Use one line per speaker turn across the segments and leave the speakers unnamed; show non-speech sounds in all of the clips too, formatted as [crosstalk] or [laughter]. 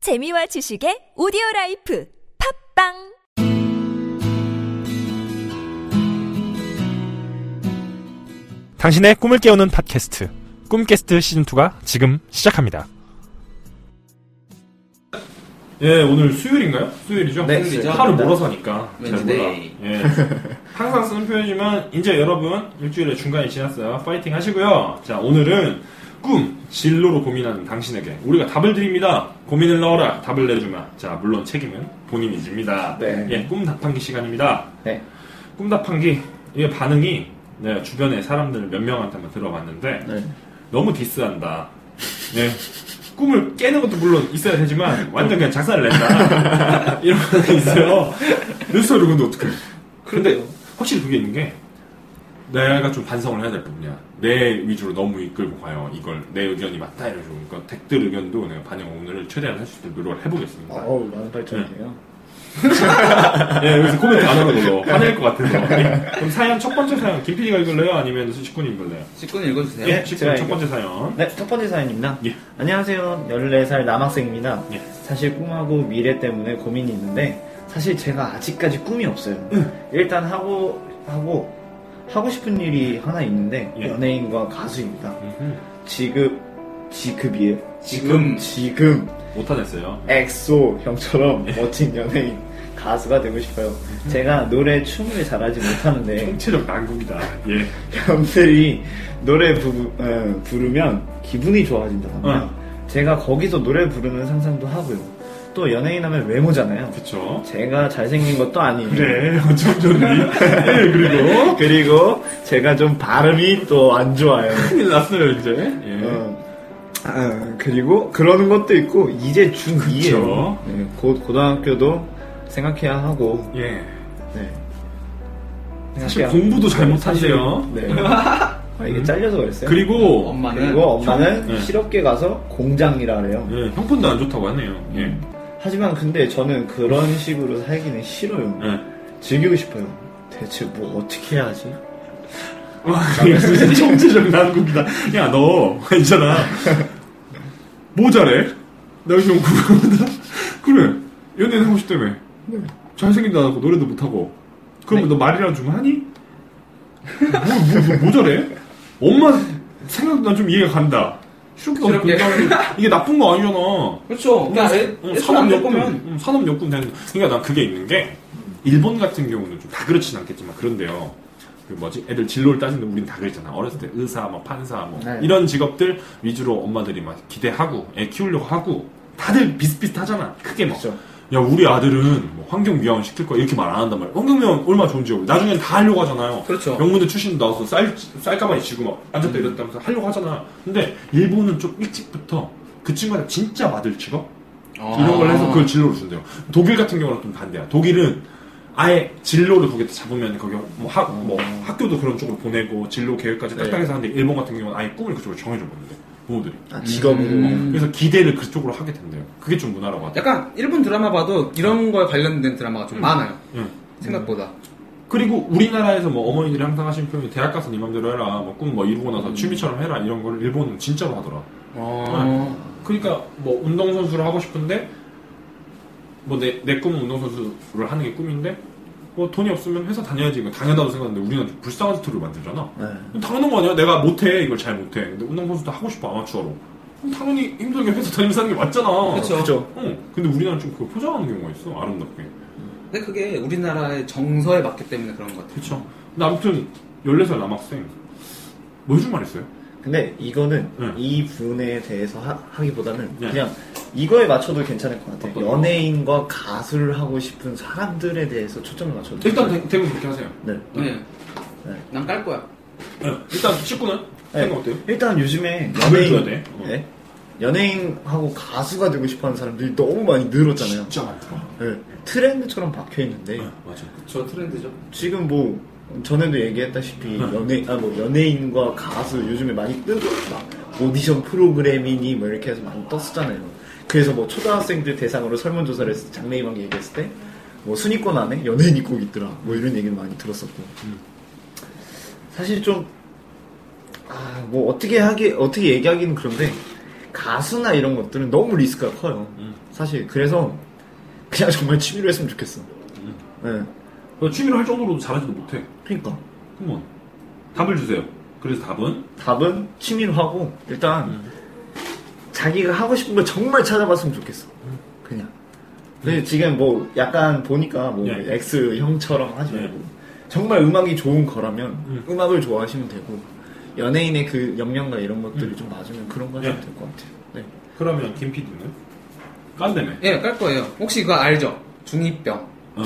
재미와 지식의 오디오 라이프 팝빵
당신의 꿈을 깨우는 팟캐스트 꿈캐스트 시즌2가 지금 시작합니다 예 오늘 수요일인가요? 수요일이죠?
네, 수요일이죠. 네.
하루 몰아서 하니까 잘 몰라
웬즈데이.
예. [laughs] 항상 쓰는 표현이지만 이제 여러분 일주일의 중간이 지났어요 파이팅 하시고요 자 오늘은 꿈 진로로 고민하는 당신에게 우리가 답을 드립니다 고민을 넣어라 답을 내주마 자 물론 책임은 본인이 집니다
네.
예, 꿈 답판기 시간입니다
네.
꿈답한기 이게 반응이 네, 주변의 사람들 몇 명한테만 들어봤는데
네.
너무 디스한다. 네. 꿈을 깨는 것도 물론 있어야 되지만 완전 그냥 작사를 낸다 [laughs] 이런 거 있어요. 뉴스를 근데 어떻게? 근데 확실히 그게 있는 게 내가 좀 반성을 해야 될 부분이야. 내 위주로 너무 이끌고 가요. 이걸 내 의견이 맞다 이러고 그러니까 댓글 의견도 내가 반영 오늘 최대한 할 수 있도록 노력을 해보겠습니다.
어우, 많은 발전이네요.
예, 여기서 코멘트 안 하는 걸로. 네. 화낼 것 같아서. 예. 그럼 사연 첫 번째 사연 김 PD가 읽을래요? 아니면 수식군이 읽을래요?
19분 네, 읽어주세요.
예, 식군
제가
첫 번째 사연.
네, 첫 번째 사연입니다.
예.
안녕하세요. 14살 남학생입니다.
예.
사실 꿈하고 미래 때문에 고민이 있는데 사실 제가 아직까지 꿈이 없어요. 일단 하고 하고 하고 싶은 일이 하나 있는데
예.
연예인과 가수입니다.
음흠.
지급 지급이에요.
지금.
지금
못하냈어요.
엑소 형처럼 멋진 연예인 가수가 되고 싶어요. 제가 노래 춤을 잘하지 못하는데
총체적 난국이다. 예.
형들이 노래 부, 어, 부르면 기분이 좋아진다고
어.
합니다. 제가 거기서 노래 부르는 상상도 하고요. 또 연예인 하면 외모잖아요.
그쵸.
제가 잘생긴 것도 아니에요.
그래, 어쩜 좋니? 예, 그리고.
[laughs] 그리고 제가 좀 발음이 또 안 좋아요.
큰일 났어요, 이제. 예.
어, 아, 그리고 그러는 것도 있고 이제 중2예요. 네,
그쵸.
곧 고등학교도 생각해야 하고
예.
네.
사실
생각해야-
공부도 잘 못하세요. 음.
네. 아, 이게 잘려서 그랬어요.
그리고.
엄마는.
그리고 엄마는
네.
실업계 가서 공장이라 그래요.
예, 형편도 안 좋다고 하네요. 예.
음.
하지만 근데 저는 그런 식으로 살기는 싫어요.
예.
즐기고 싶어요. 대체 뭐 어떻게 해야 하지?
와, 이거 진짜 총체적 아, 난국이다. 야, 너, 있잖아. 모자래? 나 요즘 궁금하다. 그래. 연예인 하고 싶다며. 네. 잘생긴다 하고 노래도 못하고. 그러면 너 말이랑 좀 하니? 뭐, 뭐, 뭐, 모자래? 엄마 생각도 난 좀 이해가 간다. 싫게
싫게.
이게 나쁜 거 아니잖아.
그렇죠. 그냥 애,
응,
애초에
그러니까
안
음, 산업여건,
겪으면.
응, 산업여건 되는. 그러니까 난 그게 있는 게 일본 같은 경우는 좀 다 그렇진 않겠지만 그런데요. 그 뭐지? 애들 진로를 따지는데 우린 다 그랬잖아. 어렸을 때 의사, 뭐 판사, 뭐
네.
이런 직업들 위주로 엄마들이 막 기대하고 애 키우려고 하고 다들 비슷비슷하잖아. 크게 막.
그렇죠.
야 우리 아들은 뭐 환경미화원 시킬 거야 이렇게 말 안 한단 말이야 환경미화원 얼마나 좋은지 모르 나중엔 다 하려고 하잖아요
그렇죠. 음.
명문대 출신 나와서 쌀, 쌀가마니 쥐고 막 앉았다 이랬다면서 하려고 하잖아 근데 일본은 좀 일찍부터 그 친구한테 진짜 맞을 직업?
아.
이런 걸 해서 그걸 진로로 준대요 독일 같은 경우는 좀 반대야 독일은 아예 진로를 거기다 잡으면 거기 뭐, 학, 뭐 학교도 그런 쪽으로 보내고 진로 계획까지 딱딱해서 하는데 일본 같은 경우는 아예 꿈을 그쪽으로 정해줘 버린대 부모들이
아, 직업으로.
음.
그래서 기대를 그쪽으로 하게 된대요 그게 좀 문화라고 하대
약간 일본 드라마 봐도 이런 거에 관련된 드라마가
음.
좀 많아요.
응.
생각보다.
그리고 우리나라에서 뭐 어머니들이 항상 하신 표현이 대학 가서 네 맘대로 해라 뭐 꿈 뭐 이루고 나서 취미처럼 해라 이런 거를 일본은 진짜로 하더라 아.
어.
그러니까 뭐 운동선수를 하고 싶은데 뭐 내 내 꿈은 운동선수를 하는 게 꿈인데 뭐 돈이 없으면 회사 다녀야지 이거 당연하다고 생각하는데 우리는 좀 불쌍한 스토리를 만들잖아
네.
그럼 당연한 거 아니야 내가 못해 이걸 잘 못해 근데 운동선수도 하고 싶어 아마추어로 그럼 당연히 힘들게 회사 다니면서 하는 게 맞잖아
그쵸.
그죠?
응. 근데 우리나라는 좀 그걸 포장하는 경우가 있어 아름답게
근데 그게 우리나라의 정서에 맞기 때문에 그런 것 같아요.
그쵸. 근데 아무튼 14살 남학생 뭐 해준 말 있어요?
근데 이거는
네.
이 분에 대해서 하, 기보다는
네.
그냥 이거에 맞춰도 괜찮을 것 같아요.
어떤 거?
연예인과 가수를 하고 싶은 사람들에 대해서 초점을 맞춰도
일단
괜찮아요.
대- 대부분 그렇게 하세요.
네.
네.
네.
난 깔 거야.
네. 일단 식구는
네.
생각 어때요?
일단 요즘에
답을 줘야
연예인
돼. 어.
네? 연예인하고 가수가 되고 싶어하는 사람들이 너무 많이 늘었잖아요.
진짜 네. 많더라.
네. 트렌드처럼 박혀 있는데
맞아.
저 트렌드죠.
지금 뭐 전에도 얘기했다시피 연예 아뭐 연예인과 가수 요즘에 많이 뜨고 막 오디션 프로그램이니 뭐 이렇게 해서 많이 떴었잖아요. 그래서 뭐 초등학생들 대상으로 설문조사를 했을 때 장래희망 얘기했을 때 뭐 순위권 안에 연예인이 꼭 있더라 뭐 이런 얘기를 많이 들었었고 사실 좀 아 뭐 어떻게 하기 어떻게 얘기하기는 그런데 가수나 이런 것들은 너무 리스크가 커요.
음.
사실 그래서 그냥 정말 취미로 했으면 좋겠어. 네.
너 취미로 할 정도로도 잘하지도 못해.
그러니까
그럼 답을 주세요. 그래서 답은
답은 취미로 하고 일단
음.
자기가 하고 싶은 걸 정말 찾아봤으면 좋겠어. 그냥. 근데
음.
지금 뭐 약간 보니까 뭐
예.
X 형처럼 하지
예.
말고 정말 음악이 좋은 거라면
음.
음. 악을 좋아하시면 되고 연예인의 그 역량과 이런 것들이
음.
좀 맞으면 그런 거 하시면
예.
될 것 같아요. 네.
그러면 김 PD는 깐다며.
예, 깔 거예요. 혹시 그거 알죠? 중이병.
어,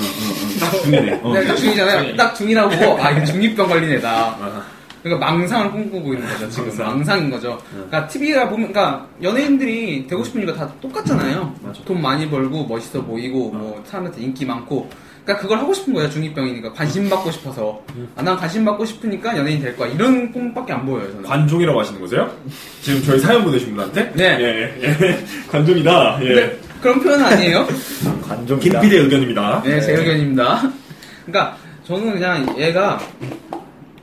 딱 중이네. 어.
네, 딱 중이잖아요. 딱 중이라고 보고, 아, 이거 중이병 걸린 애다.
아,
그러니까 망상을 꿈꾸고 있는 거죠, 지금.
망상. 네.
망상. 인 거죠. 그러니까 TV가 보면, 그러니까 연예인들이 되고 싶은 이유가 다 똑같잖아요.
맞아.
돈 많이 벌고, 멋있어 보이고, 뭐, 사람한테 인기 많고. 그러니까 그걸 하고 싶은 거예요, 중이병이니까. 관심 받고 싶어서.
음.
아, 난 관심 받고 싶으니까 연예인 될 거야. 이런 꿈밖에 안 보여요, 저는.
관종이라고 하시는 거세요? 지금 저희 사연 보내신 분한테?
네.
예, 예. 관종이다. 예.
근데 네. 그런
[laughs]
표현 아니에요?
김
관종이다.
PD의 의견입니다.
네, 제 의견입니다. 그러니까 저는 그냥 얘가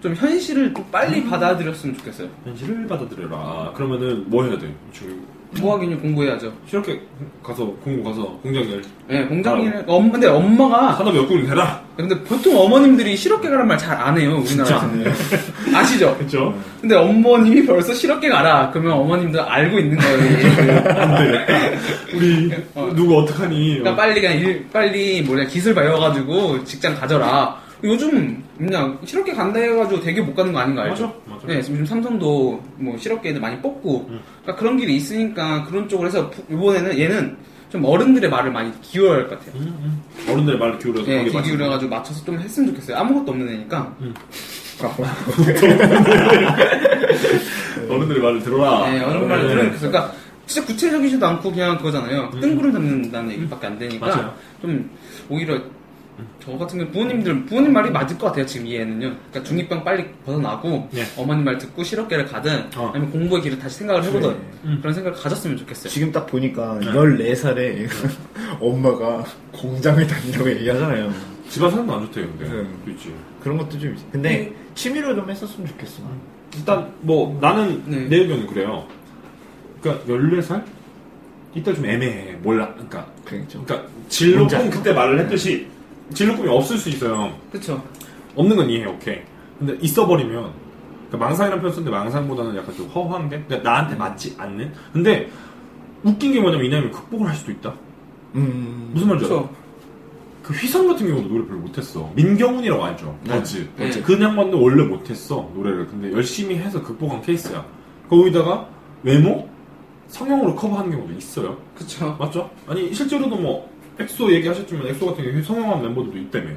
좀 현실을 좀 빨리
음.
받아들였으면 좋겠어요.
현실을 받아들여라. 그러면은 뭐 해야 돼? 지금
뭐 하긴요, 공부해야죠.
이렇게 가서 공고 가서 공장을
예, 공장 일을. 엄, 근데 엄마가.
산업 역군이 되라.
근데 보통 어머님들이 실업계 가란 말 잘 안 해요,
진짜
우리나라에서.
안
[laughs]
해요.
아시죠?
그렇죠.
근데 어머님이 벌써 실업계 가라. 그러면 어머님들 알고 있는 거예요.
안 되겠다. 우리
어.
누구 어떡하니?
그러니까 빨리 그냥 일, 빨리 뭐냐, 기술 배워가지고 직장 가져라. 요즘 그냥 실업계 간다 해가지고 되게 못 가는 거 아닌가 알죠?
맞아, 맞아.
네, 지금 삼성도 뭐 실업계는 많이 뽑고 그러니까 그런 길이 있으니까 그런 쪽으로 해서 부- 이번에는 얘는 좀 어른들의 말을 많이 기울여야 할 것 같아요.
음, 음. 어른들 말 기울여서
네,
거기에
귀
맞춰서.
기울여가지고 맞춰서 좀 했으면 좋겠어요. 아무것도 없는 애니까.
네. 어른들의 말을 들어라.
네, 어른 말을 들으면 좋겠어요. 그러니까 진짜 구체적이지도 않고 그냥 그거잖아요. 뜬구름 잡는다는 얘기밖에 안 되니까
음. 맞아요.
좀 오히려 저 같은 경우 부모님들 부모님 말이 맞을 것 같아요 지금 이 애는요. 그러니까 중립병 빨리 벗어나고
예.
어머님 말 듣고 실업계를 가든
어. 음.
아니면 공부의 길을 다시 생각을 해보든
네.
그런 생각을 가졌으면 좋겠어요.
지금 딱 보니까
네.
14살에 [laughs] 엄마가 공장을 다니라고 얘기하잖아요.
집안 사람도 안 좋대요, 근데.
네.
그렇지.
그런 것도 좀 있어. 근데
네.
취미로 좀 했었으면 좋겠어.
음. 일단 뭐 나는
네.
내 의견은 그래요. 그러니까 14살 이때 좀 애매해. 몰라. 그러니까
그렇죠.
그러니까 진로
뭔지
꿈
알죠?
그때 말을 했듯이
네.
진로 꿈이 없을 수 있어요.
그렇죠.
없는 건 이해해, 오케이. 근데 있어버리면, 그러니까 망상이라는 표현 쓰는데 망상보다는 약간 좀 허황된? 그러니까 나한테 맞지 않는? 근데 웃긴 게 뭐냐면 이냐면 극복을 할 수도 있다?
음.
무슨 말인지 알아?
그렇죠.
그 휘성 같은 경우도 노래 별로 못했어. 민경훈이라고 알죠?
네.
맞지?
네.
그 양반도 원래 못했어, 노래를. 근데 열심히 해서 극복한 케이스야. 거기다가 외모? 성형으로 커버하는 경우도 있어요.
그렇죠.
맞죠? 아니, 실제로도 뭐, 엑소 얘기하셨지만 엑소 같은 경우에 성형한 멤버들도 있다며.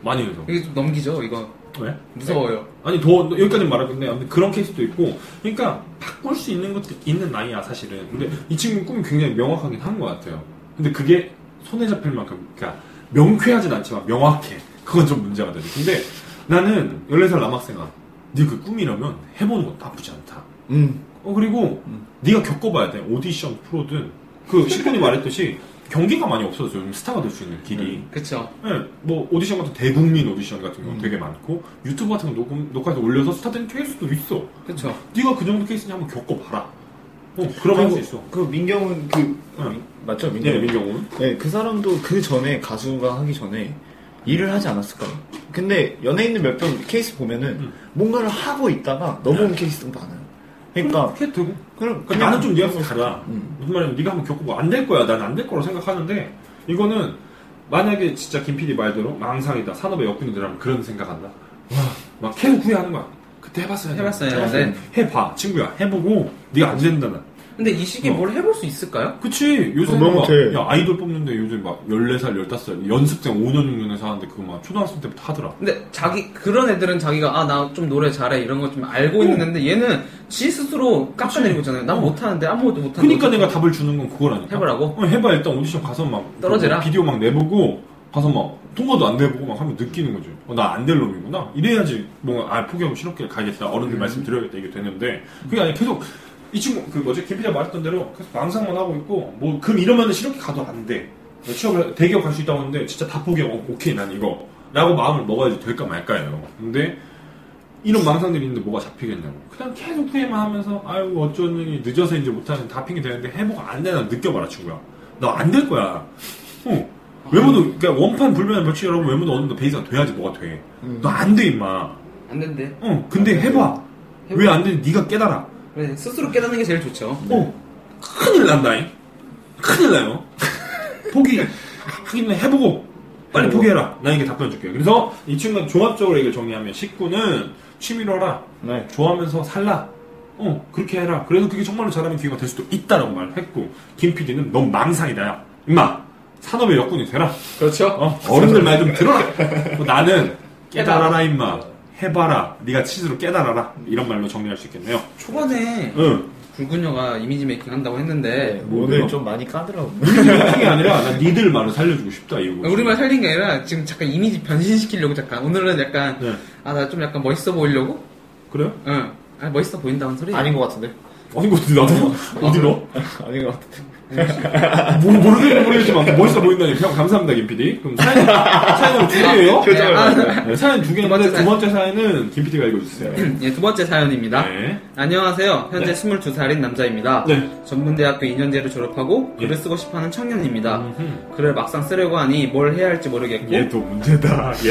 많이 해서.
음. 이게 좀 넘기죠. 이거
왜?
무서워요.
아니 더 여기까지 말하겠네. 아무튼 그런 케이스도 있고, 그러니까 바꿀 수 있는 것도 있는 나이야 사실은. 근데 이 친구 꿈이 굉장히 명확하긴 한 것 같아요. 근데 그게 손에 잡힐 만큼, 그러니까 명쾌하진 않지만 명확해. 그건 좀 문제가 되죠. 근데 나는 14살 남학생아, 네그 꿈이라면 해보는 것도 나쁘지 않다.
음.
어 그리고 네가 겪어봐야 돼. 오디션 프로든 그 식군이 말했듯이 경기가 많이 없어서 요즘 스타가 될 수 있는 길이.
그렇죠.
네, 뭐 오디션 같은 대국민 오디션 같은 경우 되게 많고 유튜브 같은 거 녹음 녹화해서 올려서 스타 된 케이스도 있어.
그렇죠.
네가 그 정도 케이스니 한번 겪어봐라. 어, 그러면 할 수 있어.
그 민경은 그
응.
맞죠 민경.
네,
은
민경훈.
네, 그 사람도 그 전에 가수가 하기 전에 일을 하지 않았을까요? 근데 연예인들 몇 번 케이스 보면은 뭔가를 하고 있다가 넘어온 케이스도 많아요. 그러니까
그렇게 되고.
네. 그럼
그러니까 나는 좀 뉘앙스 달라.
음.
무슨 말이냐면 네가 한번 겪어봐. 안 될 거야. 난 안 될 거라고 생각하는데 이거는 만약에 진짜 김 PD 말대로 망상이다. 산업의 역군이라면 그런 생각한다. 와, 막 계속 후회하는 거야. 그때 해봤어야 돼.
해봤어야
어,
돼.
해봐, 친구야. 해보고 네가 안 된다면.
근데 이 시기에
어.
뭘 해볼 수 있을까요?
그치 요새
어, 너무
막,
돼.
야, 아이돌 뽑는데 요즘 막 14살 15살 연습생 5년 6년에서 하는데 그거 막 초등학생 때부터 하더라
근데 자기 그런 애들은 자기가 아 나 좀 노래 잘해 이런 거 좀 알고 있는데 얘는 지 스스로 깎아내리고 있잖아요. 난
어.
못하는데 아무것도 못하는.
그니까
거지.
내가 답을 주는 건 그거라니까
해보라고?
어, 그러니까 해봐 일단 오디션 가서 막
떨어져라.
비디오 막 내보고 가서 막 통과도 안 돼보고 막 하면 느끼는 거지 나 안 될 놈이구나 이래야지 뭔가 아 포기하고 실업길 가야겠다 어른들
음.
말씀 드려야겠다 이게 되는데 그게 아니라 계속 이 친구 그 뭐지 김피자 말했던 대로 계속 망상만 하고 있고 뭐 그럼 이러면은 실업길 가도 안돼 취업을 대기업 갈 수 있다고 어, 하는데 진짜 다 포기하고 오케이 난 이거 라고 마음을 먹어야지 될까 말까예요 근데 이런 망상들이 있는데 뭐가 잡히겠냐고. 그냥 계속 후회만 하면서 아유 어쩌니 늦어서 이제 못하는 다 핑계 되는데 해보고 안 되나 느껴봐라 친구야. 나 안 될 거야. 어. 외모도 그러니까 원판 불면한 며칠 여러분 외모도 어느 정도 베이스가 돼야지 뭐가 돼. 너 안 돼 임마.
안 된대.
어. 근데 해봐.
해봐.
왜 안 되니 네가 깨달아.
그래, 스스로 깨닫는 게 제일 좋죠.
어, 큰일 난다잉. 큰일 나요. 포기, 하긴 해보고, 빨리 포기해라. 나 이게 답변 줄게요. 그래서 이 친구가 종합적으로 얘기를 정리하면, 식구는 취미로 하라.
네.
좋아하면서 살라. 어, 그렇게 해라. 그래서 그게 정말로 잘하면 기회가 될 수도 있다라고 말을 했고, 김 PD는 넌 망상이다, 야. 임마, 산업의 여군이 되라.
그렇죠.
어, 어른들 말 좀 들어라. [laughs] 어, 나는 깨달아라, 임마. 해봐라. 네가 치즈로 깨달아라. 이런 말로 정리할 수 있겠네요.
초반에
응.
불구녀가 이미지 메이킹 한다고 했는데
네, 오늘
뭐래요?
좀 많이 까더라고. [laughs]
그게 아니라 나 니들 말을 살려주고 싶다 이거.
우리말 살린 게 아니라 지금 잠깐 이미지 변신시키려고 잠깐 오늘은 약간
네.
아 나 좀 약간 멋있어 보이려고
그래요?
응 아, 멋있어 보인다는 소리
아닌 것 같은데? [laughs]
아니 어디 나도 뭐, 어디로? 뭐,
아닌 것 같은데?
모 모르겠는 모르겠지만 뭐, 멋있어 보인다니 그냥 감사합니다 김 PD. 그럼 사연 사연은 두 [laughs] 개예요?
네, 아,
네, 사연 두 개인데
번째
두 번째 사연은 김 PD가 읽어주세요.
[laughs] 예, 두 번째 사연입니다
네.
안녕하세요 현재
네.
22살인 남자입니다
네.
전문대학교 2년제를 졸업하고
예.
글을 쓰고 싶어하는 청년입니다
음흠. 예.
글을 막상 쓰려고 하니 뭘 해야 할지 모르겠고
얘도 문제다. 얘.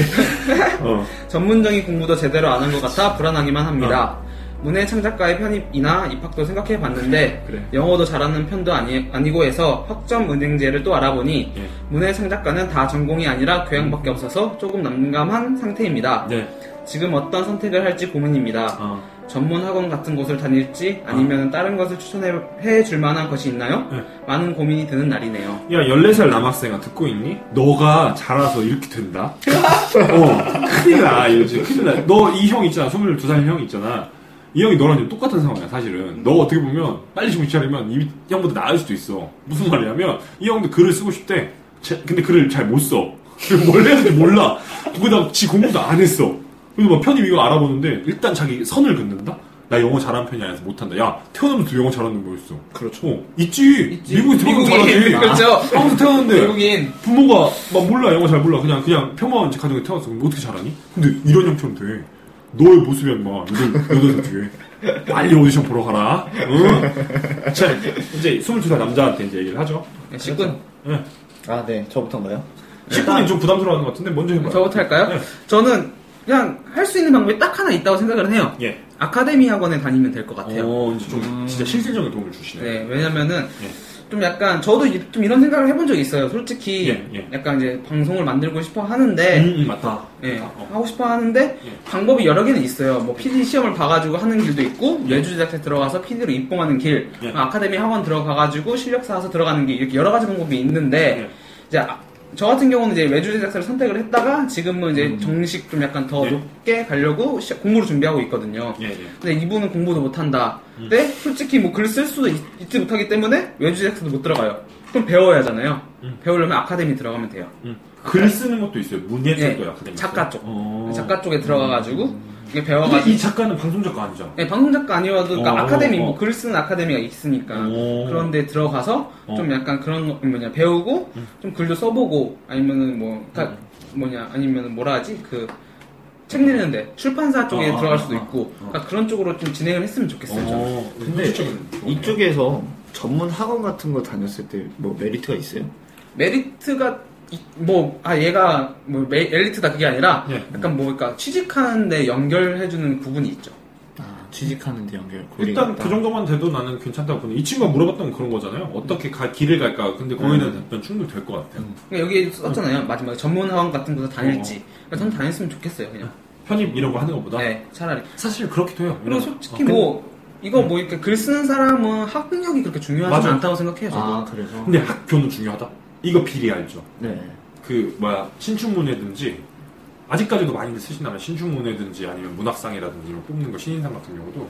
어.
전문적인 공부도 제대로 안 한 것 같아 불안하기만 합니다.
아.
문해 창작과의 편입이나 입학도 생각해 봤는데
[laughs] 그래.
영어도 잘하는 편도 아니, 아니고 해서 학점 은행제를 또 알아보니
예.
문해 창작과는 다 전공이 아니라 교양밖에 없어서 조금 난감한 상태입니다.
네.
지금 어떤 선택을 할지 고민입니다.
어.
전문 학원 같은 곳을 다닐지 아니면 다른 것을 추천해 줄 만한 것이 있나요?
네.
많은 고민이 드는 날이네요.
야 14살 남학생아 듣고 있니? 너가 자라서 이렇게 된다. 어. 큰일 나 요즘 큰일 나. 너 이 형 있잖아 22살 형 있잖아. 이 형이 너랑 지금 똑같은 상황이야 사실은 너 어떻게 보면 빨리 정신 차리면 이 형보다 나을 수도 있어 무슨 말이냐면 이 형도 글을 쓰고 싶대 제- 근데 글을 잘 못써 그리고 뭘 해야 되는지 몰라 거기다 지 공부도 안 했어 그래서 막 편입 이거 알아보는데 일단 자기 선을 긋는다 나 영어 잘하는 편이 아니라서 못한다 야 태어나면서 영어 잘하는 거였어 그렇죠 있지,
있지.
미국에 태어나면 잘하지
미국인. [laughs] 그렇죠.
한국에서 태어났는데
결국엔
부모가 막 몰라 영어 잘 몰라 그냥 그냥 평범한 집 가정에 태어났어 그럼 어떻게 잘하니? 근데 이런 형처럼 돼 너의 모습이 막 여덟 살 뒤에 빨리 오디션 보러 가라 응? 자 이제 22살 남자한테 이제 얘기를 하죠
야, 식군
응.
아, 네. 저부터인가요?
10분이 좀 부담스러워하는 것 같은데 먼저 해봐요
뭐 저부터 할까요?
네.
저는 그냥 할 수 있는 방법이 딱 하나 있다고 생각을 해요.
예.
아카데미 학원에 다니면 될 것 같아요.
어 이제 좀 진짜 실질적인 도움을 주시네
음. 네, 왜냐면은
예.
좀 약간 저도 이- 좀 이런 생각을 해본 적이 있어요. 솔직히
예, 예.
약간 이제 방송을 만들고 싶어 하는데
음, 음, 맞다
예,
맞다. 어.
하고 싶어 하는데
예.
방법이 여러 개는 있어요. 뭐 PD 시험을 봐가지고 하는 길도 있고 외주 제작사 들어가서 PD로 입봉하는 길, 뭐
예.
아카데미 학원 들어가가지고 실력 쌓아서 들어가는 길 이렇게 여러 가지 방법이 있는데
예.
이제 아- 저 같은 경우는 이제 외주 제작사를 선택을 했다가 지금은 이제 정식 좀 약간 더
음. 예.
높게 가려고 시- 공부를 준비하고 있거든요.
예, 음. 예.
근데 이분은 공부도 못한다. 근데 솔직히 뭐 글 쓸 수도 있, 지 못하기 때문에 외주 제작사도 못 들어가요. 그럼 배워야 하잖아요. 배우려면 아카데미 들어가면 돼요.
음. 글 쓰는 것도 있어요 문예 쪽도
예,
약간
작가 쪽. 네,
어.
작가 쪽에 들어가가지고 이게
근데
배워가지고
이 작가는 방송 작가 아니잖아
예, 방송 작가 아니어도 그러니까
음. 어,
아카데미
어.
뭐 글 쓰는 아카데미가 있으니까
오.
그런데 들어가서
어. 음.
좀 약간 그런 거 뭐냐 배우고 좀 글도 써보고 아니면은 뭐 다- 뭐냐 아니면은 뭐라 하지 그 책 내는데 출판사 쪽에
어, 어,
들어갈
어,
수도
어,
있고 그러니까 그런 쪽으로 좀 진행을 했으면 좋겠어요. 저는.
어,
근데
실질적인 도움이네.
이쪽에서 전문 학원 같은 거 다녔을 때 뭐 메리트가 있어요?
메리트가 뭐 아 얘가 뭐 메- 엘리트다 그게 아니라
예.
약간 뭐 그러니까 취직하는데 연결해주는 부분이 있죠.
아, 취직하는 데 연결. 고리가
일단
있다.
그 정도만 돼도 나는 괜찮다고 보는데 이 친구가 물어봤던 건 그런 거잖아요. 어떻게 가- 길을 갈까? 근데 거기는
음.
답변 충분히 될 것 같아요.
그러니까 여기 썼잖아요 마지막에 전문 학원 같은 곳에 다닐지 그러니까 저는 다녔으면 좋겠어요 그냥.
편입 이런 거 하는 것보다
네, 차라리.
사실 그렇기도 해요.
그리고
이런- 어.
솔직히 뭐 이거 뭐 이렇게 글 쓰는 사람은 학력이 그렇게 중요하지
맞아.
않다고 생각해요. 저도.
아,
어.
그래서?
근데 학교는 중요하다. 이거 비리 알죠?
네.
그 뭐야 신춘문예든지 아직까지도 많이들 쓰신다면 신춘문예든지 아니면 문학상이라든지 이런 뽑는 거 신인상 같은 경우도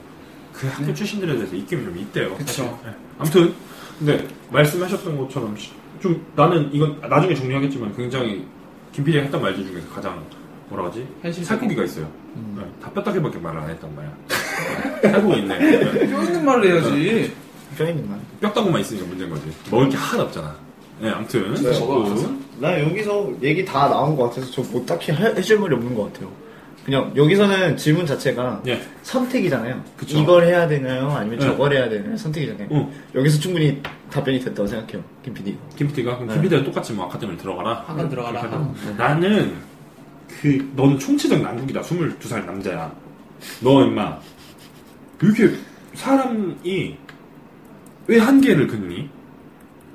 그 학교 출신들에 대해서 입김이 좀 있대요.
네. 그쵸.
네. 아무튼 근데 말씀하셨던 것처럼 시- 좀 나는 이건 나중에 정리하겠지만 굉장히 김필이가 했던 말 중에서 가장 뭐라 하지?
현실적인- 음.
살코기가 있어요. 네. 다 뼈다귀밖에 말을 안 했단 말이야. [laughs] 네. 살코기 있네. 네.
뼈 있는 말을 해야지.
뼈 있는 말.
뼈다구만 있으니까 문제인 거지. 먹을 게 하나 없잖아. 네, 아무튼
나 여기서 얘기 다 나온 것 같아서 저 뭐 딱히 해- 해줄 말이 없는 것 같아요. 그냥 여기서는 질문 자체가
예.
선택이잖아요.
그쵸.
이걸 해야 되나요? 아니면
네.
저걸 해야 되나요? 선택이잖아요.
응.
여기서 충분히 답변이 됐다고 생각해요. 김 PD.
김PT가 그럼 김PT가 똑같이 뭐 아카데미를 들어가라.
학원 들어가라.
이렇게 하고. 나는 그 넌 총체적 난국이다. 22살 남자야. 너 임마 이렇게 사람이 왜 한계를 긋니?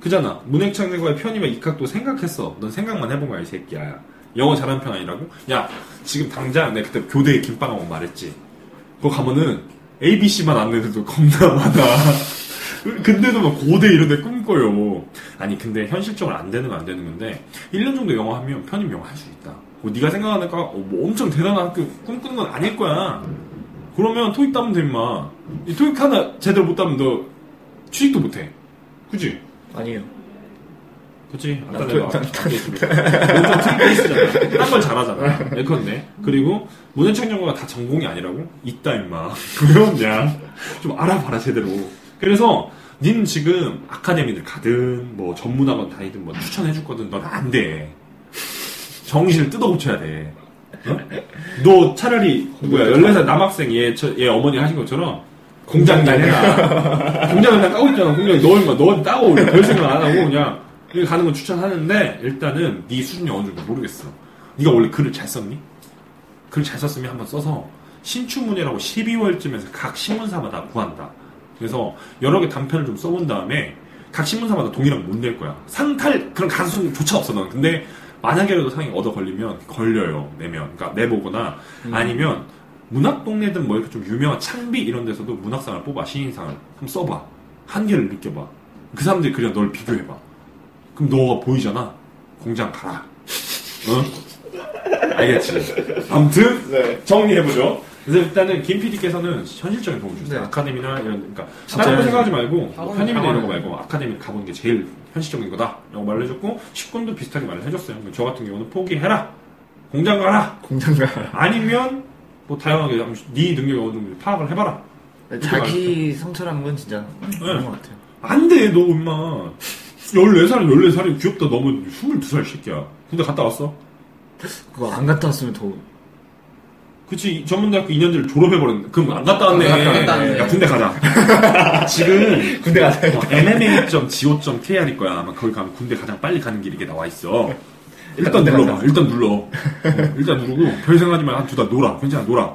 그잖아. 문핵창의과의 편입의 입각도 생각했어. 넌 생각만 해본 거야 이 새끼야. 영어 잘하는 편 아니라고? 야 지금 당장 내가 그때 교대에 김빵하고 말했지. 그거 가면은 ABC만 안 내도 겁나 많아. 근데도 막 고대 이런 데 꿈꿔요. 아니 근데 현실적으로 안 되는 건 안 되는 건데 1년 정도 영어 하면 편입 영어 할 수 있다. 뭐 네가 생각하는 거 어, 뭐 엄청 대단한 학교 꿈꾸는 건 아닐 거야. 그러면 토익 따면 돼 임마. 이 토익 하나 제대로 못 따면 너 취직도 못 해. 그지?
아니에요.
그치?
나
아까
토익
내가
안
얘기했지. 완전 트리케이스잖아. 딴걸 잘하잖아. 예컨대. 그리고 문예창영과가 다 전공이 아니라고? 있다 임마. [laughs] 왜 없냐? 좀 알아봐라 제대로. 그래서 닌 지금 아카데미를 가든 뭐 전문학원 다니든 뭐 추천해줄 거든 넌 안 돼. 정신을 뜯어고쳐야 돼. 어? 너 차라리 누구야 14살 남학생 얘, 저- 얘 어머니 하신 것처럼 공장 일 해라. 공장을 다 까고 있잖아. 공장에 너 얼마 너 따고 별 생각 안 하고 그냥 여기 가는 건 추천하는데 일단은 네 수준이 어느 정도 모르겠어. 네가 원래 글을 잘 썼니? 글을 잘 썼으면 한번 써서 신춘문예라고 12월쯤에서 각 신문사마다 구한다. 그래서 여러 개 단편을 좀 써본 다음에 각 신문사마다 동일한 건 못 낼 거야. 상탈 그런 가능성조차 없어 넌. 근데 만약에라도 상이 얻어 걸리면 걸려요 내면. 그러니까 내보거나 아니면 문학 동네든 뭐 이렇게 좀 유명한 창비 이런 데서도 문학상을 뽑아 신인상을 한번 써봐. 한계를 느껴봐. 그 사람들이 그냥 널 비교해봐. 그럼 너가 보이잖아. 공장 가라. 응? 알겠지. 아무튼
네.
정리해보죠. 그래서 일단은 김 PD께서는 현실적인 도움을 주세요.
네.
아카데미나 이런, 그러니까
진짜
다른 거 생각하지 말고 뭐
학원,
편입이나 이런 거
학원.
말고 아카데미 가보는 게 제일 현실적인 거다. 라고 말을 해줬고 식군도 비슷하게 말을 해줬어요. 그러니까 저 같은 경우는 포기해라. 공장 가라.
공장가.
아니면 뭐 다양하게 네 능력이 어느 정도 파악을 해봐라.
자기 성찰한 건 진짜 그런 것 같아요.
안 돼, 너 엄마. 14살은 14살이 귀엽다. 너무 22살 새끼야. 근데 갔다 왔어?
그거 안 갔다 왔으면 더
그치, 전문대학교 2년제를 졸업해버렸는데. 그럼 안 갔다 왔네.
안 갔다 왔네.
야, 군대 가자.
[laughs]
지금
군대 가서
mma.go.kr일 거야. 아마 거기 가면 군대 가장 빨리 가는 길이 이게 나와 있어. 일단 눌러봐. 일단 눌러.
[laughs]
어, 일단 누르고 별 생각하지 말고 한두 달 놀아. 괜찮아, 놀아.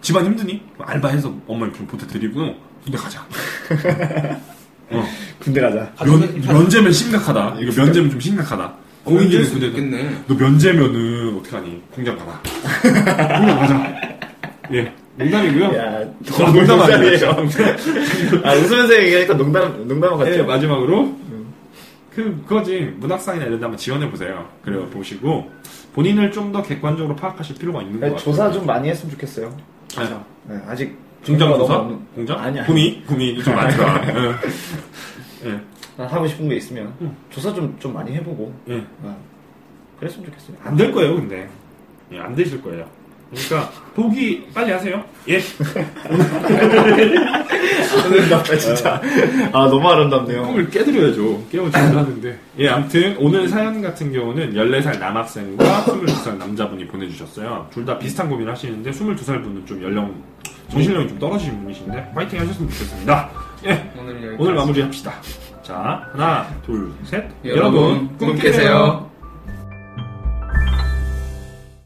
집안 힘드니? 알바해서 엄마 좀 보태드리고 군대
[laughs]
가자. 어.
군대 가자.
아,
면, 면제면 심각하다. 이거 면제면 좀 심각하다. 공인지는
수도
군대
있겠네.
너 면제면은 어떻게 하니? 공장 가봐. 공장 가자. 예, 농담이고요.
야,
아, 농담 아니에요.
[laughs] 아, 웃으면서 얘기하니까 농담, 농담 같죠?
예, 마지막으로
음.
그 그거지 문학상이나 이런 데 한번 지원해 보세요. 그래
음.
요 보시고 본인을 좀 더 객관적으로 파악하실 필요가 있는 것
네,
같아요.
조사 좀 많이 했으면 좋겠어요.
네.
네, 아직
공장
너무
조사?
없는-
공장?
아니, 아니.
구미? 구미 좀 많더라. 예. 예.
난 하고 싶은 게 있으면 조사 좀, 좀 많이 해보고
예.
어, 그랬으면 좋겠어요.
안 될 거예요, 근데. 예, 안 되실 거예요. 그러니까 포기 빨리 하세요. 예.
아름답다 진짜. 아 너무 아름답네요.
꿈을 깨드려야죠. 깨워주긴 하는데. 예, 아무튼 오늘 사연 같은 경우는 14살 남학생과 22살 남자분이 보내주셨어요. 둘 다 비슷한 고민을 하시는데 22살 분은 좀 연령, 정신력이 좀 떨어지신 분이신데 파이팅 하셨으면 좋겠습니다. 예,
오늘 여기
오늘 마무리합시다. 자, 하나, 둘, 셋.
여러분, 꿈 깨세요.